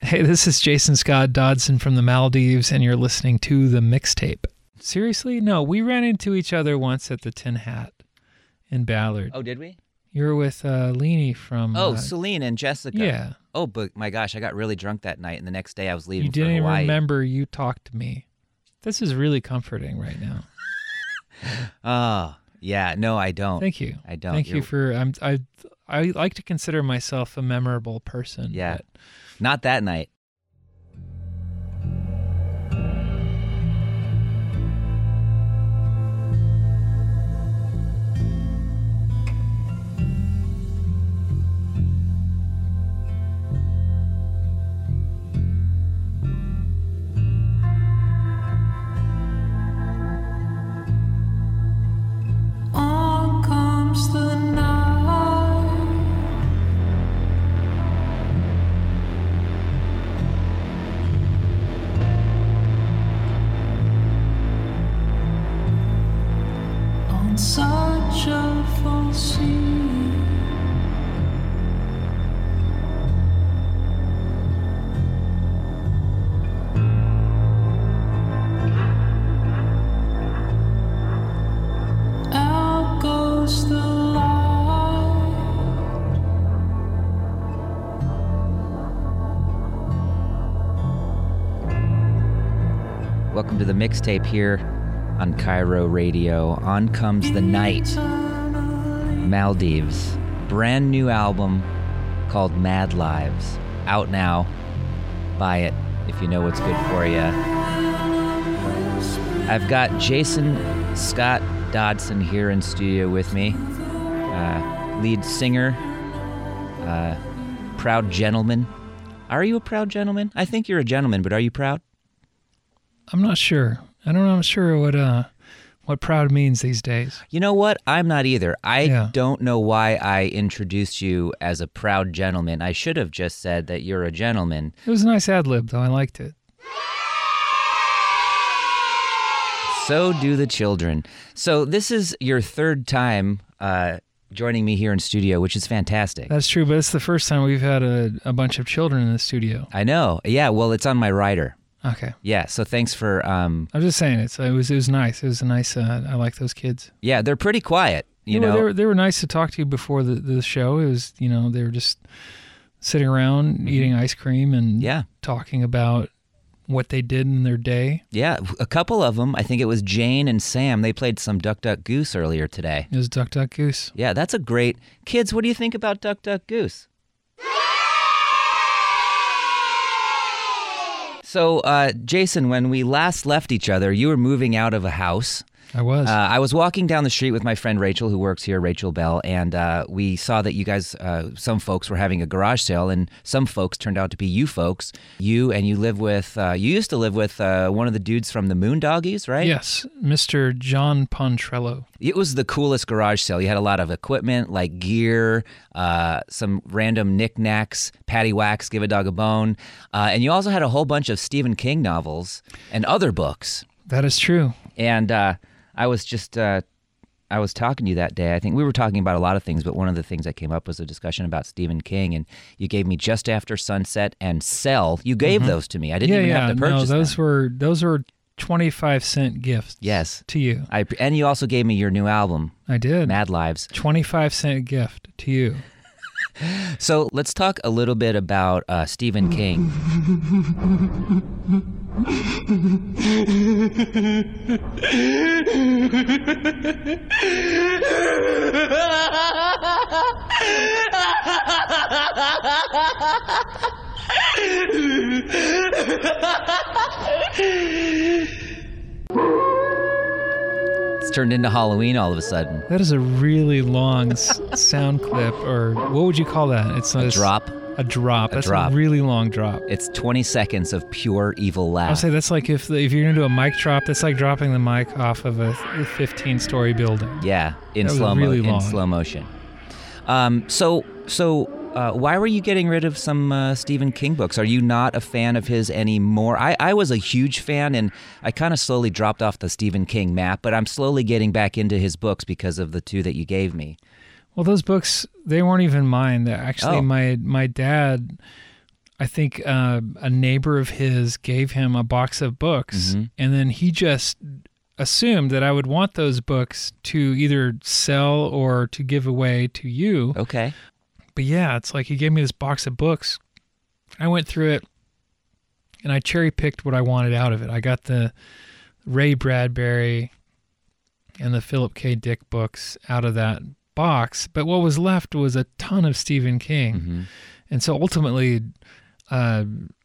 Hey, this is Jason Scott Dodson from the Maldives, and you're listening to The Mixtape. Seriously? No, we ran into each other once at the Tin Hat in Ballard. Oh, did we? You were with uh, Leni from. Oh, uh, Celine and Jessica. yeah. Oh, but my gosh, I got really drunk that night, and the next day I was leaving You didn't for even Hawaii. remember you talked to me. This is really comforting right now. Oh, yeah. No, I don't. Thank you. I don't. Thank you Oh, You're- for. I'm, I I like to consider myself a memorable person. Yeah. but- Not that night. On comes the night. On such a false eve. Out goes the light. Welcome to the mixtape here on Cairo Radio. On comes the night. Maldives. Brand new album called Mad Lives. Out now. Buy it if you know what's good for you. I've got Jason Scott Dodson here in studio with me, uh, lead singer, uh, proud gentleman. Are you a proud gentleman? I think you're a gentleman, but are you proud? I'm not sure. I don't. know. I'm sure what uh what proud means these days. You know what? I'm not either. I Yeah. don't know why I introduced you as a proud gentleman. I should have just said that you're a gentleman. It was a nice ad lib though. I liked it. So do the children. So this is your third time uh, joining me here in studio, which is fantastic. That's true, but it's the first time we've had a, a bunch of children in the studio. I know. Yeah. Well, it's on my rider. Okay. Yeah. So thanks for. Um, I'm just saying it's it was it was nice. It was a nice uh, I like those kids. yeah, they're pretty quiet. You They were- know. they were, they were nice to talk to before the, the show. It was you know, they were just sitting around eating ice cream and Mm-hmm. Yeah. talking about what they did in their day. Yeah. A couple of them. I think it was Jane and Sam. They played some Duck Duck Goose earlier today. It was Duck Duck Goose. Yeah, that's a great. Kids, what do you think about Duck Duck Goose? So, uh, Jason, when we last left each other, you were moving out of a house. I was. Uh, I was walking down the street with my friend Rachel, who works here, Rachel Bell, and uh, we saw that you guys, uh, some folks were having a garage sale, and some folks turned out to be you folks. You and you live with, uh, you used to live with uh, one of the dudes from the Moondoggies, right? yes, Mr. John Pontrello. It was the coolest garage sale. You had a lot of equipment, like gear, uh, some random knickknacks, patty wax, give a dog a bone, uh, and you also had a whole bunch of Stephen King novels and other books. That is true. And uh, I was just, uh, I was talking to you that day. I think we were talking about a lot of things, but one of the things that came up was a discussion about Stephen King, and you gave me Just After Sunset and Cell. You gave those to me. I didn't Mm-hmm. yeah, even yeah. have to purchase no, those them. were those were twenty five cent gifts. Yes. To you. I, and you also gave me your new album, I did. Mad Lives. 25 cent gift to you. So let's talk a little bit about uh, Stephen King. It's turned into Halloween all of a sudden. That is a really long s- sound clip, or what would you call that? It's not A it's- drop. A drop. that's drop. a really long drop. It's 20 seconds of pure evil I'll laugh. say that's like if if you're gonna do a mic drop, that's like dropping the mic off of a 15 story building. Yeah, in That was slow mo- really in long. slow motion. Um, so so uh, why were you getting rid of some uh, Stephen King books? Are you not a fan of his anymore? I, I was a huge fan, and I kind of slowly dropped off the Stephen King map, but I'm slowly getting back into his books because of the two that you gave me. Well, those books they weren't even mine. They're actually Oh. my my dad I think uh, a neighbor of his gave him a box of books, and then he just assumed that I would want those books to either sell or to give away to you. Okay. But yeah, it's like he gave me this box of books. I went through it, and I cherry picked what I wanted out of it. I got the Ray Bradbury and the Philip K. Dick books out of that box, but what was left was a ton of Stephen King. And so ultimately, uh,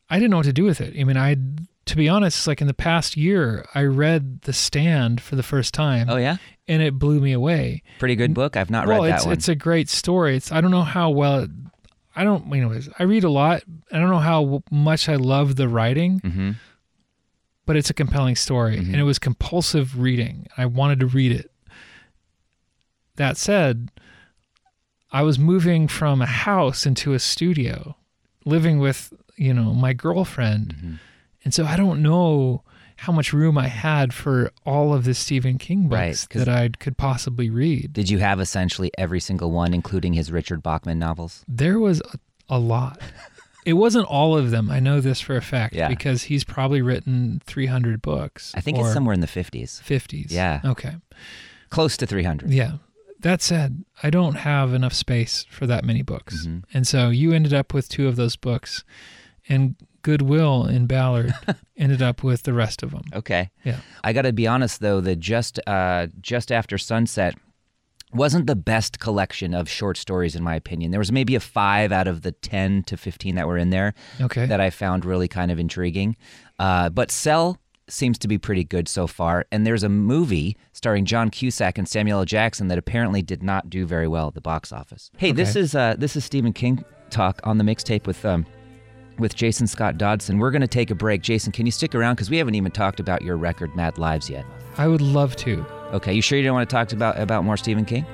I didn't know what to do with it. I mean, I, to be honest, like in the past year, I read The Stand for the first time, Oh yeah. and it blew me away. Pretty good book. I've not well, read that it's one. it's a great story. It's I don't know how well. It, I don't, anyways. I read a lot. I don't know how w- much I love the writing, Mhm. but it's a compelling story, Mm-hmm. and it was compulsive reading. I wanted to read it. That said, I was moving from a house into a studio, living with you know my girlfriend, Mm-hmm. and so I don't know how much room I had for all of the Stephen King Right, books 'cause- that I could possibly read. Did you have essentially every single one, including his Richard Bachman novels? There was a, a lot. it wasn't all of them. I know this for a fact Yeah. because he's probably written 300 books. I think or it's somewhere in the fifties, 50s. Yeah. Okay. close to three hundred. Yeah. That said, I don't have enough space for that many books. Mm-hmm. And so you ended up with two of those books, and Goodwill in Ballard ended up with the rest of them. Okay. Yeah. I got to be honest though, the just uh, just after sunset wasn't the best collection of short stories in my opinion. There was maybe a five out of the ten to fifteen that were in there Okay. that I found really kind of intriguing. Uh, but Cell seems to be pretty good so far, and there's a movie starring John Cusack and Samuel L. Jackson that apparently did not do very well at the box office. Hey, this is uh, this is Stephen King talk on the mixtape with um, with Jason Scott Dodson. We're going to take a break. Jason, can you stick around because we haven't even talked about your record Mad Lives yet? I would love to. Okay, you sure you don't want to talk about about more Stephen King?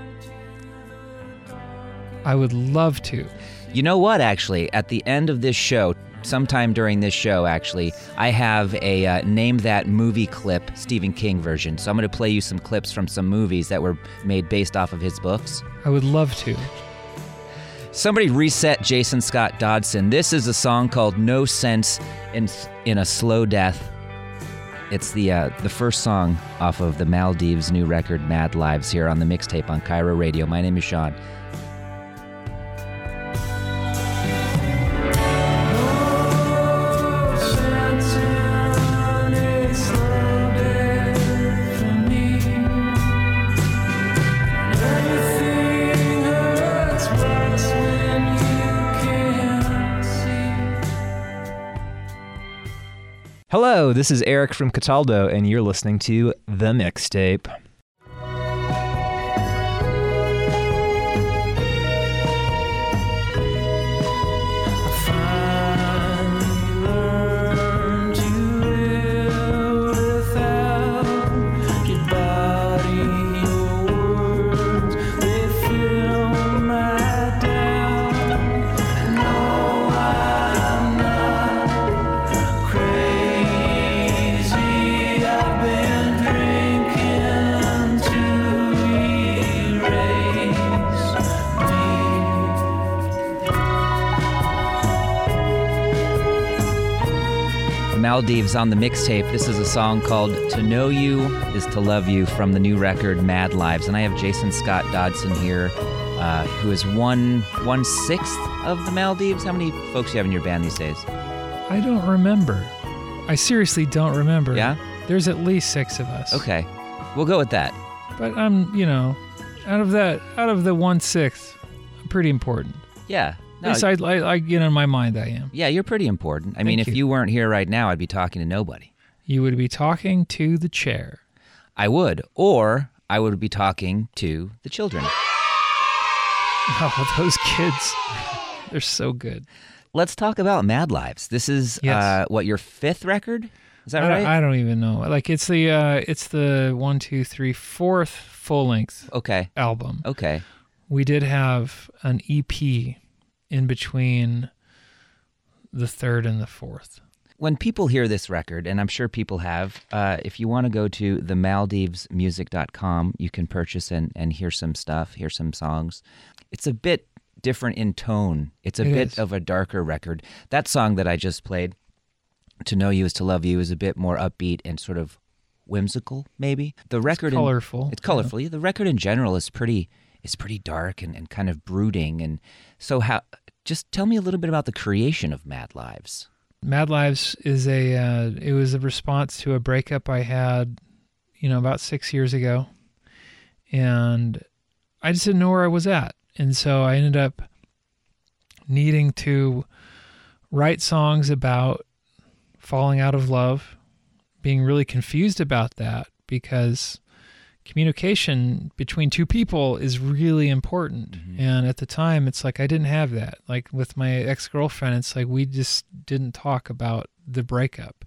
I would love to. You know what, actually? At the end of this show, sometime during this show, actually, I have a uh, Name That Movie clip, Stephen King version. So I'm going to play you some clips from some movies that were made based off of his books. I would love to. Somebody reset Jason Scott Dodson. This is a song called No Sense in, in a Slow Death. It's the, uh, the first song off of the Maldives' new record, Mad Lives, here on the mixtape on Cairo Radio. My name is Sean. Hello, this is Eric from Cataldo, and you're listening to The Mixtape. Maldives on the mixtape. This is a song called To Know You Is To Love You from the new record Mad Lives. And I have Jason Scott Dodson here, uh, who is one one sixth of the Maldives. How many folks you have in your band these days? I don't remember. I seriously don't remember. Yeah? There's at least six of us. Okay. We'll go with that. But I'm, you know, out of that, out of the one sixth, I'm pretty important. Yeah. At least I, I, I, you know, in my mind, I am. yeah, you're pretty important. I mean, Thank if you. you weren't here right now, I'd be talking to nobody. You would be talking to the chair. I would. Or I would be talking to the children. Oh, those kids. They're so good. Let's talk about Mad Lives. This is, Yes. Uh, uh, what, your fifth record? Is that I, right? don't, I don't even know. Like it's the uh it's the one, two, three, fourth full length okay. album. Okay. We did have an EP in between the third and the fourth. when people hear this record, and I'm sure people have, uh, if you want to go to themaldivesmusic.com, you can purchase and, and hear some stuff, hear some songs. It's a bit different in tone. It's a It bit is. of a darker record. That song that I just played, "To Know You Is to Love You," is a bit more upbeat and sort of whimsical, maybe. The record, in- colorful. it's colorful. The record in general is pretty. It's pretty dark and, and kind of brooding. And so, how? Just tell me a little bit about the creation of Mad Lives. Mad Lives is a uh, it was a response to a breakup I had, you know, about six years ago, and I just didn't know where I was at, and so I ended up needing to write songs about falling out of love, being really confused about that because communication between two people is really important. And at the time, it's like I didn't have that. Like with my ex girlfriend, it's like we just didn't talk about the breakup.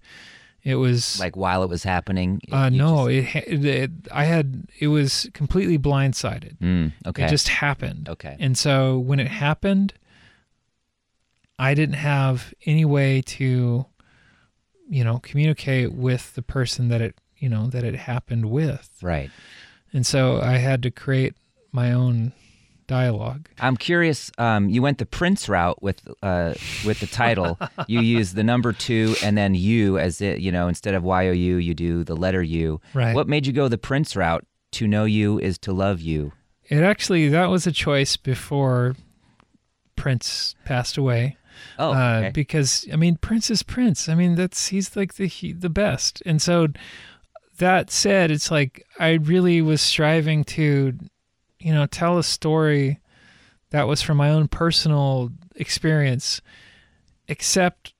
It was Like while it was happening. uh, you no, just- it, ha- it, it I had it was completely blindsided. Mm, okay. It just happened. Okay. And so when it happened, I didn't have any way to, you know, communicate with the person that it, you know, that it happened with. right. And so I had to create my own dialogue. I'm curious. Um, you went the Prince route with uh, with the title. you use the number two and then U as it. You know, instead of Y O U, you do the letter U. Right. What made you go the Prince route? To know you is to love you. It actually that was a choice before Prince passed away. Oh, uh, okay. because I mean Prince is Prince. I mean that's he's like the he, the best. And so that said, it's like I really was striving to, you know, tell a story that was from my own personal experience, except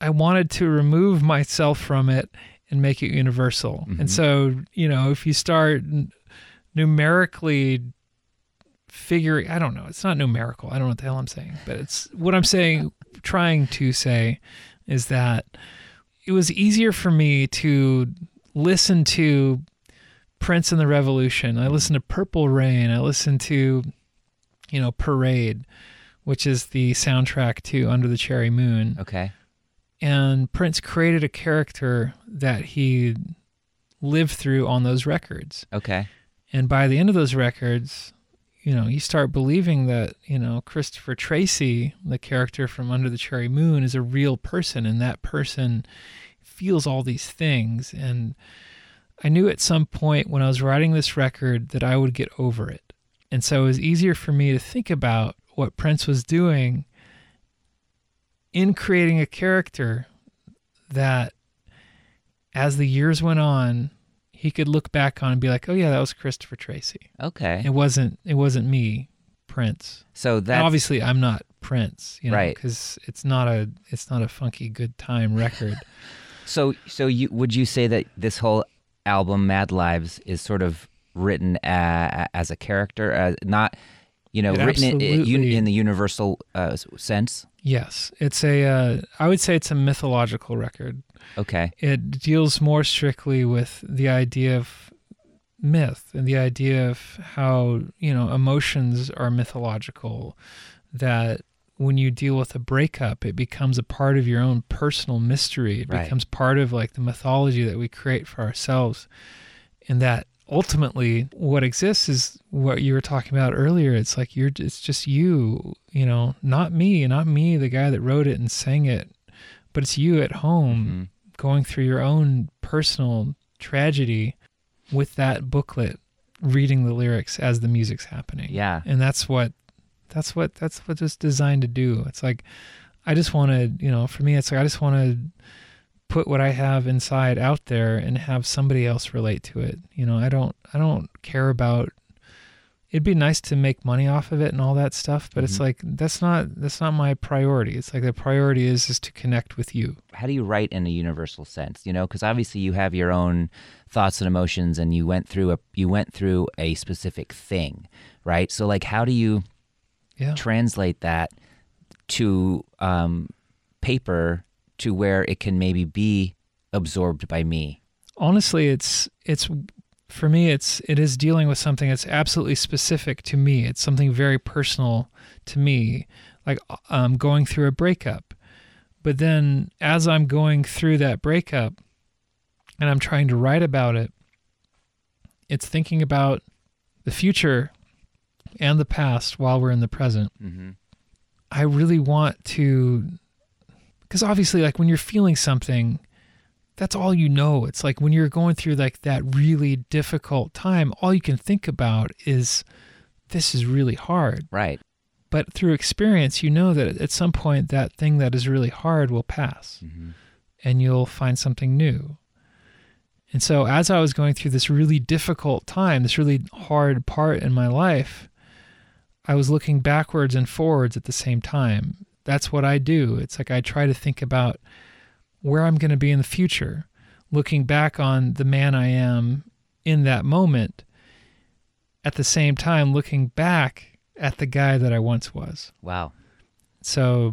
I wanted to remove myself from it and make it universal. Mm-hmm. And so you know, if you start n- numerically figuring i don't know it's not numerical i don't know what the hell i'm saying but it's what i'm saying trying to say is that it was easier for me to listen to prince and the revolution i listened to purple rain i listened to you know parade which is the soundtrack to under the cherry moon okay. and prince created a character that he lived through on those records Okay. and by the end of those records, you know, you start believing that, you know, Christopher Tracy, the character from Under the Cherry Moon, is a real person and that person feels all these things. And I knew at some point when I was writing this record that I would get over it. And so it was easier for me to think about what Prince was doing in creating a character that as the years went on, he could look back on and be like, "Oh yeah, that was Christopher Tracy. Okay. It wasn't. It wasn't me, Prince. So And that's obviously, I'm not Prince, you know, Right. Because it's not a it's not a funky good time record. so. So you would you say that this whole album, Mad Lives, is sort of written uh, as a character, uh, not you know, It written in, in, absolutely- in the universal uh, s- sense? yes, it's a. Uh, I would say it's a mythological record. Okay. It deals more strictly with the idea of myth and the idea of how you know emotions are mythological. That when you deal with a breakup, it becomes a part of your own personal mystery. It Right. becomes part of like the mythology that we create for ourselves, and that ultimately what exists is what you were talking about earlier. It's like you're. It's just you. You know, not me, not me, the guy that wrote it and sang it, but it's you at home Mm-hmm. going through your own personal tragedy with that booklet reading the lyrics as the music's happening Yeah. and that's what that's what that's what it's designed to do it's like i just want to you know for me it's like i just want to put what i have inside out there and have somebody else relate to it you know i don't i don't care about it'd be nice to make money off of it and all that stuff but it's like that's not that's not my priority it's like the priority is is to connect with you how do you write in a universal sense you know because obviously you have your own thoughts and emotions and you went through a you went through a specific thing right so like how do you yeah translate that to um, paper to where it can maybe be absorbed by me honestly it's it's for me it's it is dealing with something that's absolutely specific to me it's something very personal to me like um, going through a breakup but then as i'm going through that breakup and i'm trying to write about it it's thinking about the future and the past while we're in the present. I really want to, because obviously, like when you're feeling something, that's all you know. It's like when you're going through like that really difficult time, all you can think about is this is really hard. Right. But through experience, you know that at some point that thing that is really hard will pass and you'll find something new. And so, as I was going through this really difficult time, this really hard part in my life, I was looking backwards and forwards at the same time. That's what I do. It's like I try to think about where I'm going to be in the future, looking back on the man I am in that moment, at the same time, looking back at the guy that I once was. Wow. So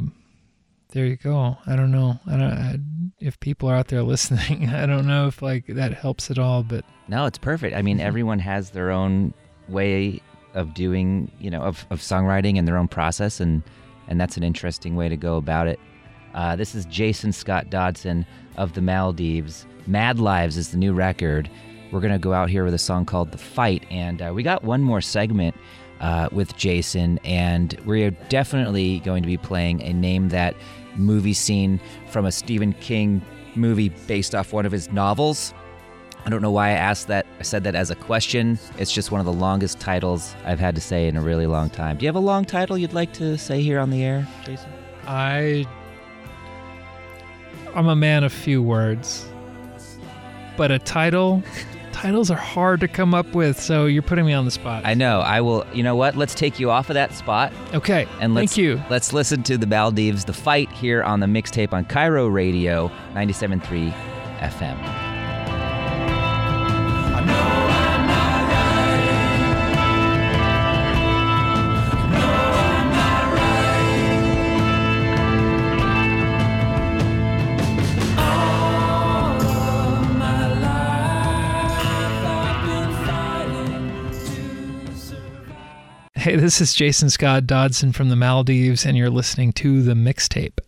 there you go. I don't know. I don't I, if people are out there listening. I don't know if like that helps at all, but No, it's perfect. I mean, everyone has their own way of doing, you know, of, of songwriting and their own process, and and that's an interesting way to go about it. Uh, this is Jason Scott Dodson of the Maldives. Mad Lives is the new record. We're gonna go out here with a song called "The Fight," and uh, we got one more segment uh, with Jason, and we are definitely going to be playing a name that movie scene from a Stephen King movie based off one of his novels. I don't know why I asked that. I said that as a question. It's just one of the longest titles I've had to say in a really long time. Do you have a long title you'd like to say here on the air, Jason? I I'm a man of few words. But a title titles are hard to come up with, so you're putting me on the spot. I know. I will. You know what? Let's take you off of that spot okay. and let's thank you. let's listen to the Maldives, the fight here on the mixtape on Cairo Radio 97.3 FM. Hey, this is Jason Scott Dodson from the Maldives and you're listening to the mixtape.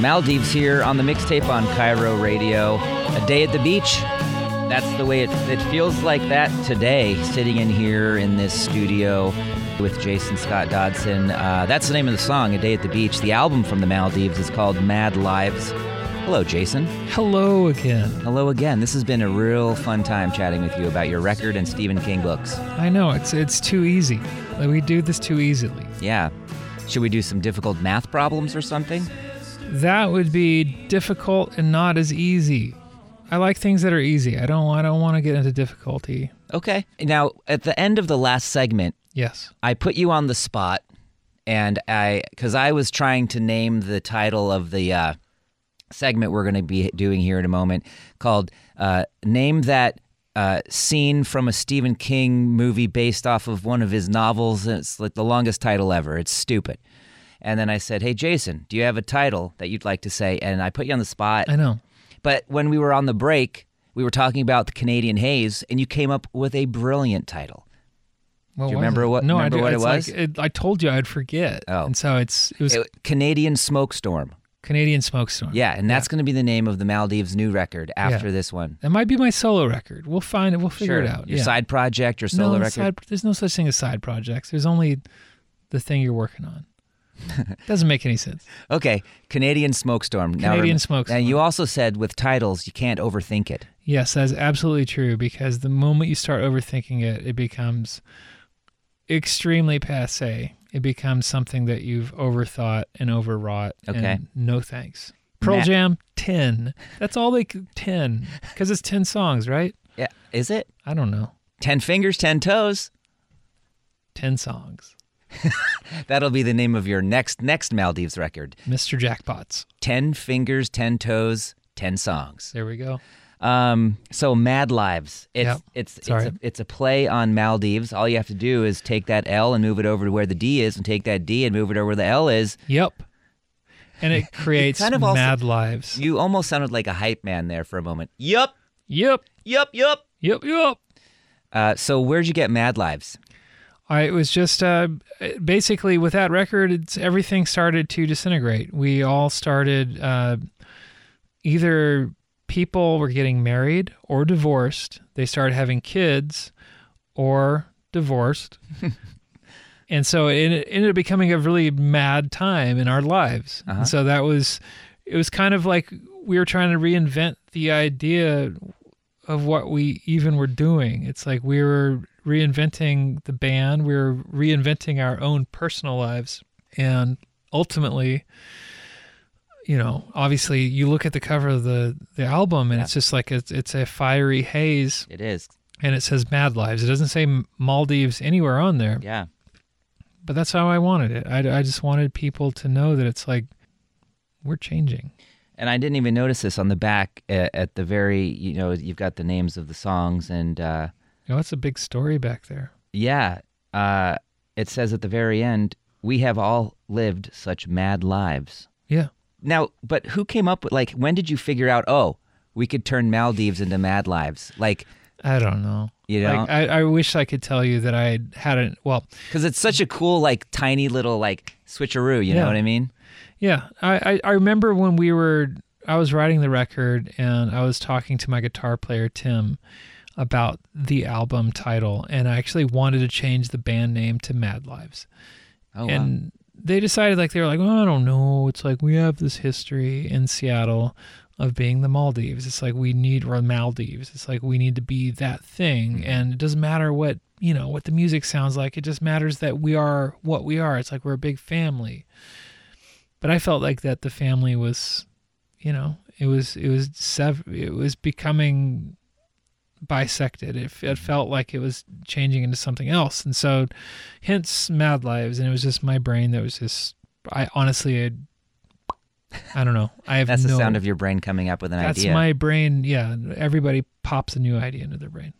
Maldives here on the mixtape on Cairo Radio. A day at the beach. That's the way it, it feels like that today, sitting in here in this studio with Jason Scott Dodson. Uh, that's the name of the song, A Day at the Beach. The album from the Maldives is called Mad Lives. Hello, Jason. Hello again. Hello again. This has been a real fun time chatting with you about your record and Stephen King books. I know it's it's too easy. Like, We do this too easily. Yeah. Should we do some difficult math problems or something? That would be difficult and not as easy. I like things that are easy. I don't I don't want to get into difficulty. Okay. Now, at the end of the last segment, Yes. I put you on the spot, and I because I was trying to name the title of the uh, segment we're going to be doing here in a moment called uh, "Name That." Uh, scene from a Stephen King movie based off of one of his novels. And it's like the longest title ever. It's stupid. And then I said, Hey, Jason, do you have a title that you'd like to say? And I put you on the spot. I know. But when we were on the break, we were talking about the Canadian haze, and you came up with a brilliant title. Well, Do you was remember it? what- No, remember I do. what it it's was? Like, it, I told you I'd forget. Oh. And so it's it was It- Canadian Smokestorm. Canadian Smokestorm. Yeah, and that's going to be the name of the Maldives' new record after this one. That might be my solo record. We'll find it. We'll figure sure. it out. Your yeah. side project, your no, solo record. side- there's no such thing as side projects. There's only the thing you're working on. Doesn't make any sense. Okay, Canadian Smokestorm. Now Canadian rem- Smokestorm. And you also said with titles, you can't overthink it. Yes, that's absolutely true because the moment you start overthinking it, it becomes extremely passe. It becomes something that you've overthought and overwrought. Okay. And no thanks. Pearl Ma- Jam 10. That's all they could 10 because it's 10 songs, right? Yeah, is it? I don't know. Ten fingers, ten toes. 10 songs. That'll be the name of your next next Maldives record. Mr. Jackpots. Ten fingers, ten toes, ten songs. There we go. Um, so Mad Lives. It's Yep. it's it's Sorry. a, it's a play on Maldives. All you have to do is take that L and move it over to where the D is, and take that D and move it over where the L is. Yep. And it creates kind of also- mad lives. You almost sounded like a hype man there for a moment. Yup, Yep. yup, yup. Yep. Yep. Uh, so where'd you get Mad Lives? I, it was just uh, basically with that record, it's, everything started to disintegrate. We all started uh, either people were getting married or divorced. They started having kids or divorced. and so it, it ended up becoming a really mad time in our lives. And so that was, it was kind of like we were trying to reinvent the idea of what we even were doing. It's like we were reinventing the band, we were reinventing our own personal lives. And ultimately, you know, obviously you look at the cover of the, the album and it's just like it's, it's a fiery haze It is. and it says Mad Lives. It doesn't say Maldives anywhere on there, Yeah. but that's how I wanted it. I, I just wanted people to know that it's like we're changing. And I didn't even notice this on the back uh, at the very, you know, you've got the names of the songs and uh, You know, it's a big story back there. Yeah. Uh, it says at the very end, we have all lived such mad lives. Yeah. Now, but who came up with, like, when did you figure out, oh, we could turn Maldives into mad lives? Like, I don't know. You Like, don't? I, I wish I could tell you that I had not Well, because it's such a cool, like, tiny little, like, switcheroo, you Yeah. know what I mean? yeah, I, I, I remember when we were, I was writing the record and I was talking to my guitar player, Tim, about the album title. And I actually wanted to change the band name to Mad Lives. Oh, wow. and they decided, like, they were like, oh, I don't know. It's like we have this history in Seattle of being the Maldives. It's like we need, or Maldives. It's like we need to be that Mm-hmm. thing. And it doesn't matter what, you know, what the music sounds like. It just matters that we are what we are. It's like we're a big family. But I felt like that the family was, you know, it was, it was, sev- it was becoming bisected. It, it felt like it was changing into something else. And so, hence Mad Lives. And it was just my brain that was just, I honestly, I, I don't know. I have That's no, the sound of your brain coming up with an That's idea. my brain. Yeah. Everybody pops a new idea into their brain.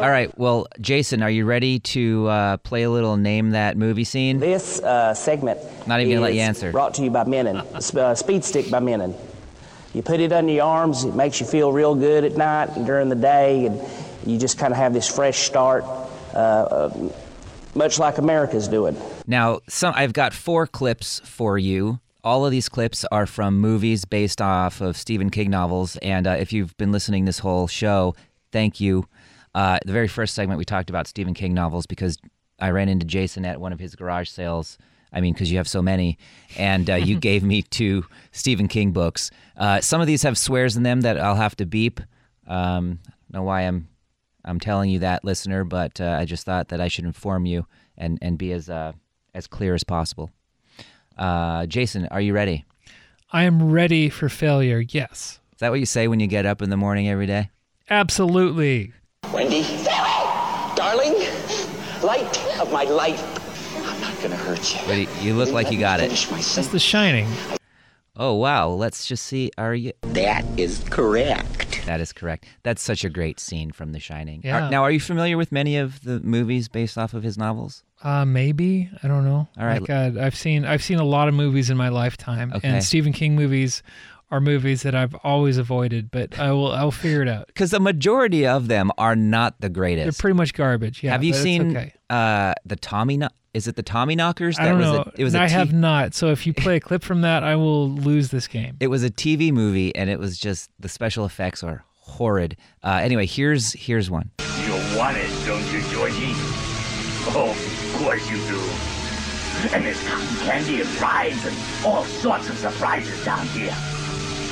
All right. Well, Jason, are you ready to uh, play a little name that movie scene? This uh, segment Not even gonna let is you answer. Brought to you by Menon, Sp- uh, Speed Stick by Menon. You put it under your arms. It makes you feel real good at night and during the day, and you just kind of have this fresh start, uh, uh, much like America's doing. Now, some I've got four clips for you. All of these clips are from movies based off of Stephen King novels. And uh, if you've been listening this whole show, thank you. Uh, the very first segment we talked about Stephen King novels because I ran into Jason at one of his garage sales. I mean, because you have so many, and uh, you gave me two Stephen King books. Uh, some of these have swears in them that I'll have to beep. Um, I don't know why I'm I'm telling you that, listener, but uh, I just thought that I should inform you and and be as uh, as clear as possible. Uh, Jason, are you ready? I am ready for failure. Yes. Is that what you say when you get up in the morning every day? Absolutely. Wendy, darling, light of my life. I'm not gonna hurt you. Wait, you look like Let you me got it. finish my That's sentence. The Shining. Oh wow, let's just see. Are you? That is correct. That is correct. That's such a great scene from The Shining. Are- Yeah. now, are you familiar with many of the movies based off of his novels? Uh, maybe I don't know. All right. Like, uh, I've seen I've seen a lot of movies in my lifetime, Okay. and Stephen King movies are movies that I've always avoided. But I will I'll figure it out. Because the majority of them are not the They're greatest. pretty much garbage. Yeah. Have you but it's seen okay. uh, the Tommy? Kno- Is it the Tommy Knockers? I don't was know. A, it was I a T- have not. So if you play a clip from that, I will lose this game. It was a TV movie, and it was just the special effects are horrid. Uh, anyway, here's here's one. You want it, don't you, Georgie? Oh, of course you do. And there's cotton candy and rides and all sorts of surprises down here.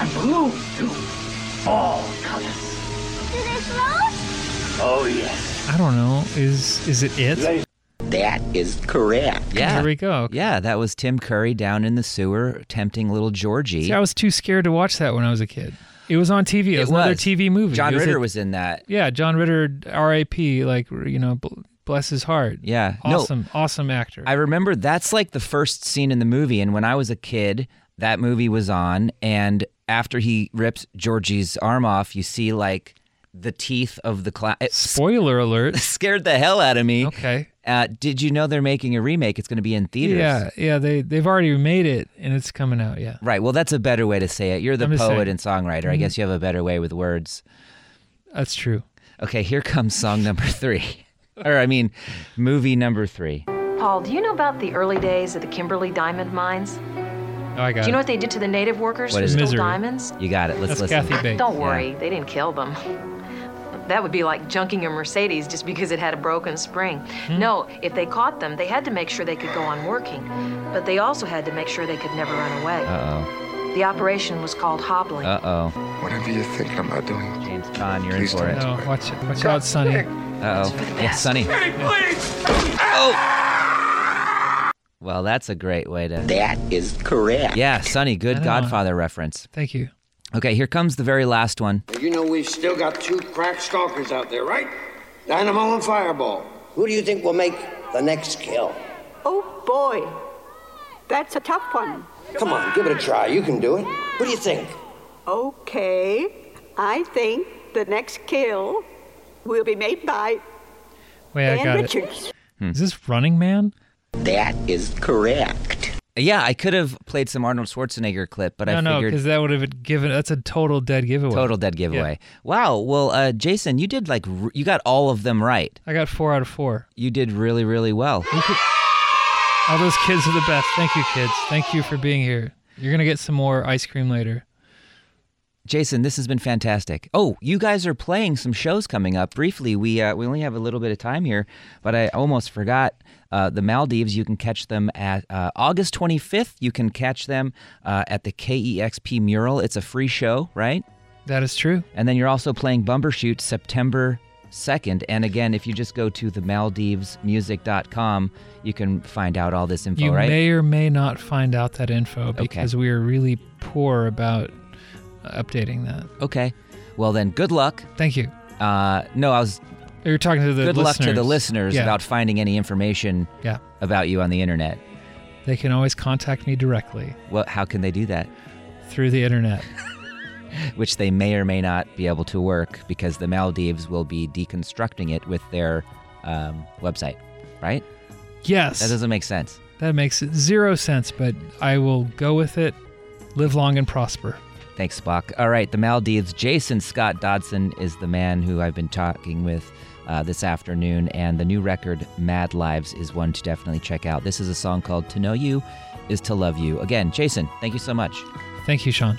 And balloons, too. All colors. Do they float? Oh, yes. I don't know. Is is it it? That is correct. Yeah. There we go. Okay. Yeah, that was Tim Curry down in the sewer tempting little Georgie. See, I was too scared to watch that when I was a kid. It was on TV. It, was, another was. TV movie. John It was a- Ritter was in that. Yeah, John Ritter, R.A.P. Like you know, bl- bless his heart. Yeah. No. Awesome, awesome actor. I remember that's like the first scene in the movie, and when I was a kid, that movie was on, and after he rips Georgie's arm off, you see like the teeth of the clown. It s- Spoiler alert. scared the hell out of me. Okay. Uh, did you know they're making a remake? It's going to be in theaters. Yeah, yeah. They they've already made it and it's coming out. Yeah. Right. Well, that's a better way to say it. You're the I'm just poet saying. Mm-hmm. and songwriter. I guess you have a better way with words. That's true. Okay, here comes song number three. or, I mean, movie number three. Paul, do you know about the early days of the Kimberly Diamond Mines? Oh, I got Do you know it. what they did to the native workers What who is it? stole Misery. diamonds? You got it. Let's That's listen. Kathy Bates. Don't worry, they didn't kill them. That would be like junking a Mercedes just because it had a broken spring. No, if they caught them, they had to make sure they could go on working, but they also had to make sure they could never run away. Uh The operation was called hobbling. oh. Uh oh. Whatever you're thinking about doing, James Caan, you're Please in for don't. it. No, watch it. Watch out, Sonny. Uh oh. It's Sunny. Oh. Well, that's a great way to. That is correct. Yeah, Sonny, I good don't know. Godfather reference. Thank you. Okay, here comes the very last one. You know we've still got two crack stalkers out there, right? Dynamo and Fireball. Who do you think will make the next kill? Oh boy, that's a tough one. Come on, give it a try. You can do it. What do you think? Okay, I think the next kill will be made by Wait, I Dan got it. Richards. Is this Running Man? That is correct. Yeah, I could have played some Arnold Schwarzenegger clip, but no, I no, figured because that would have given. That's a total dead giveaway. total dead giveaway. Wow. Well, uh, Jason, you did like r- you got all of them right. I got four out of four. You did really, really well. All those kids are the best. Thank you, kids. Thank you for being here. You're gonna get some more ice cream later. Jason, this has been fantastic. Oh, you guys are playing some shows coming up. Briefly, we uh, we only have a little bit of time here, but I almost forgot uh, the Maldives. You can catch them at uh, August 25th. You can catch them uh, at the KEXP mural. It's a free show, right? That is true. And then you're also playing Bumbershoot September 2nd. And again, if you just go to the MaldivesMusic.com, you can find out all this info, you right? may or may not find out that info because we are really poor about uh, updating that. okay. Well, then, good luck. Thank you. Oh, Uh, no, I was You're talking to the good luck to the listeners Yeah. about finding any information Yeah. about you on the internet. They can always contact me directly What, how can they do that? through the internet. Which they may or may not be able to work because the Maldives will be deconstructing it with their um, website, right? Yes, That doesn't make sense. that makes zero sense, but I will go with it. Live long and prosper. Thanks, Spock. All right, the Maldives. Jason Scott Dodson is the man who I've been talking with uh, this afternoon, and the new record, Mad Lives, is one to definitely check out. This is a song called To Know You Is To Love You. Again, Jason, thank you so much. Thank you, Sean.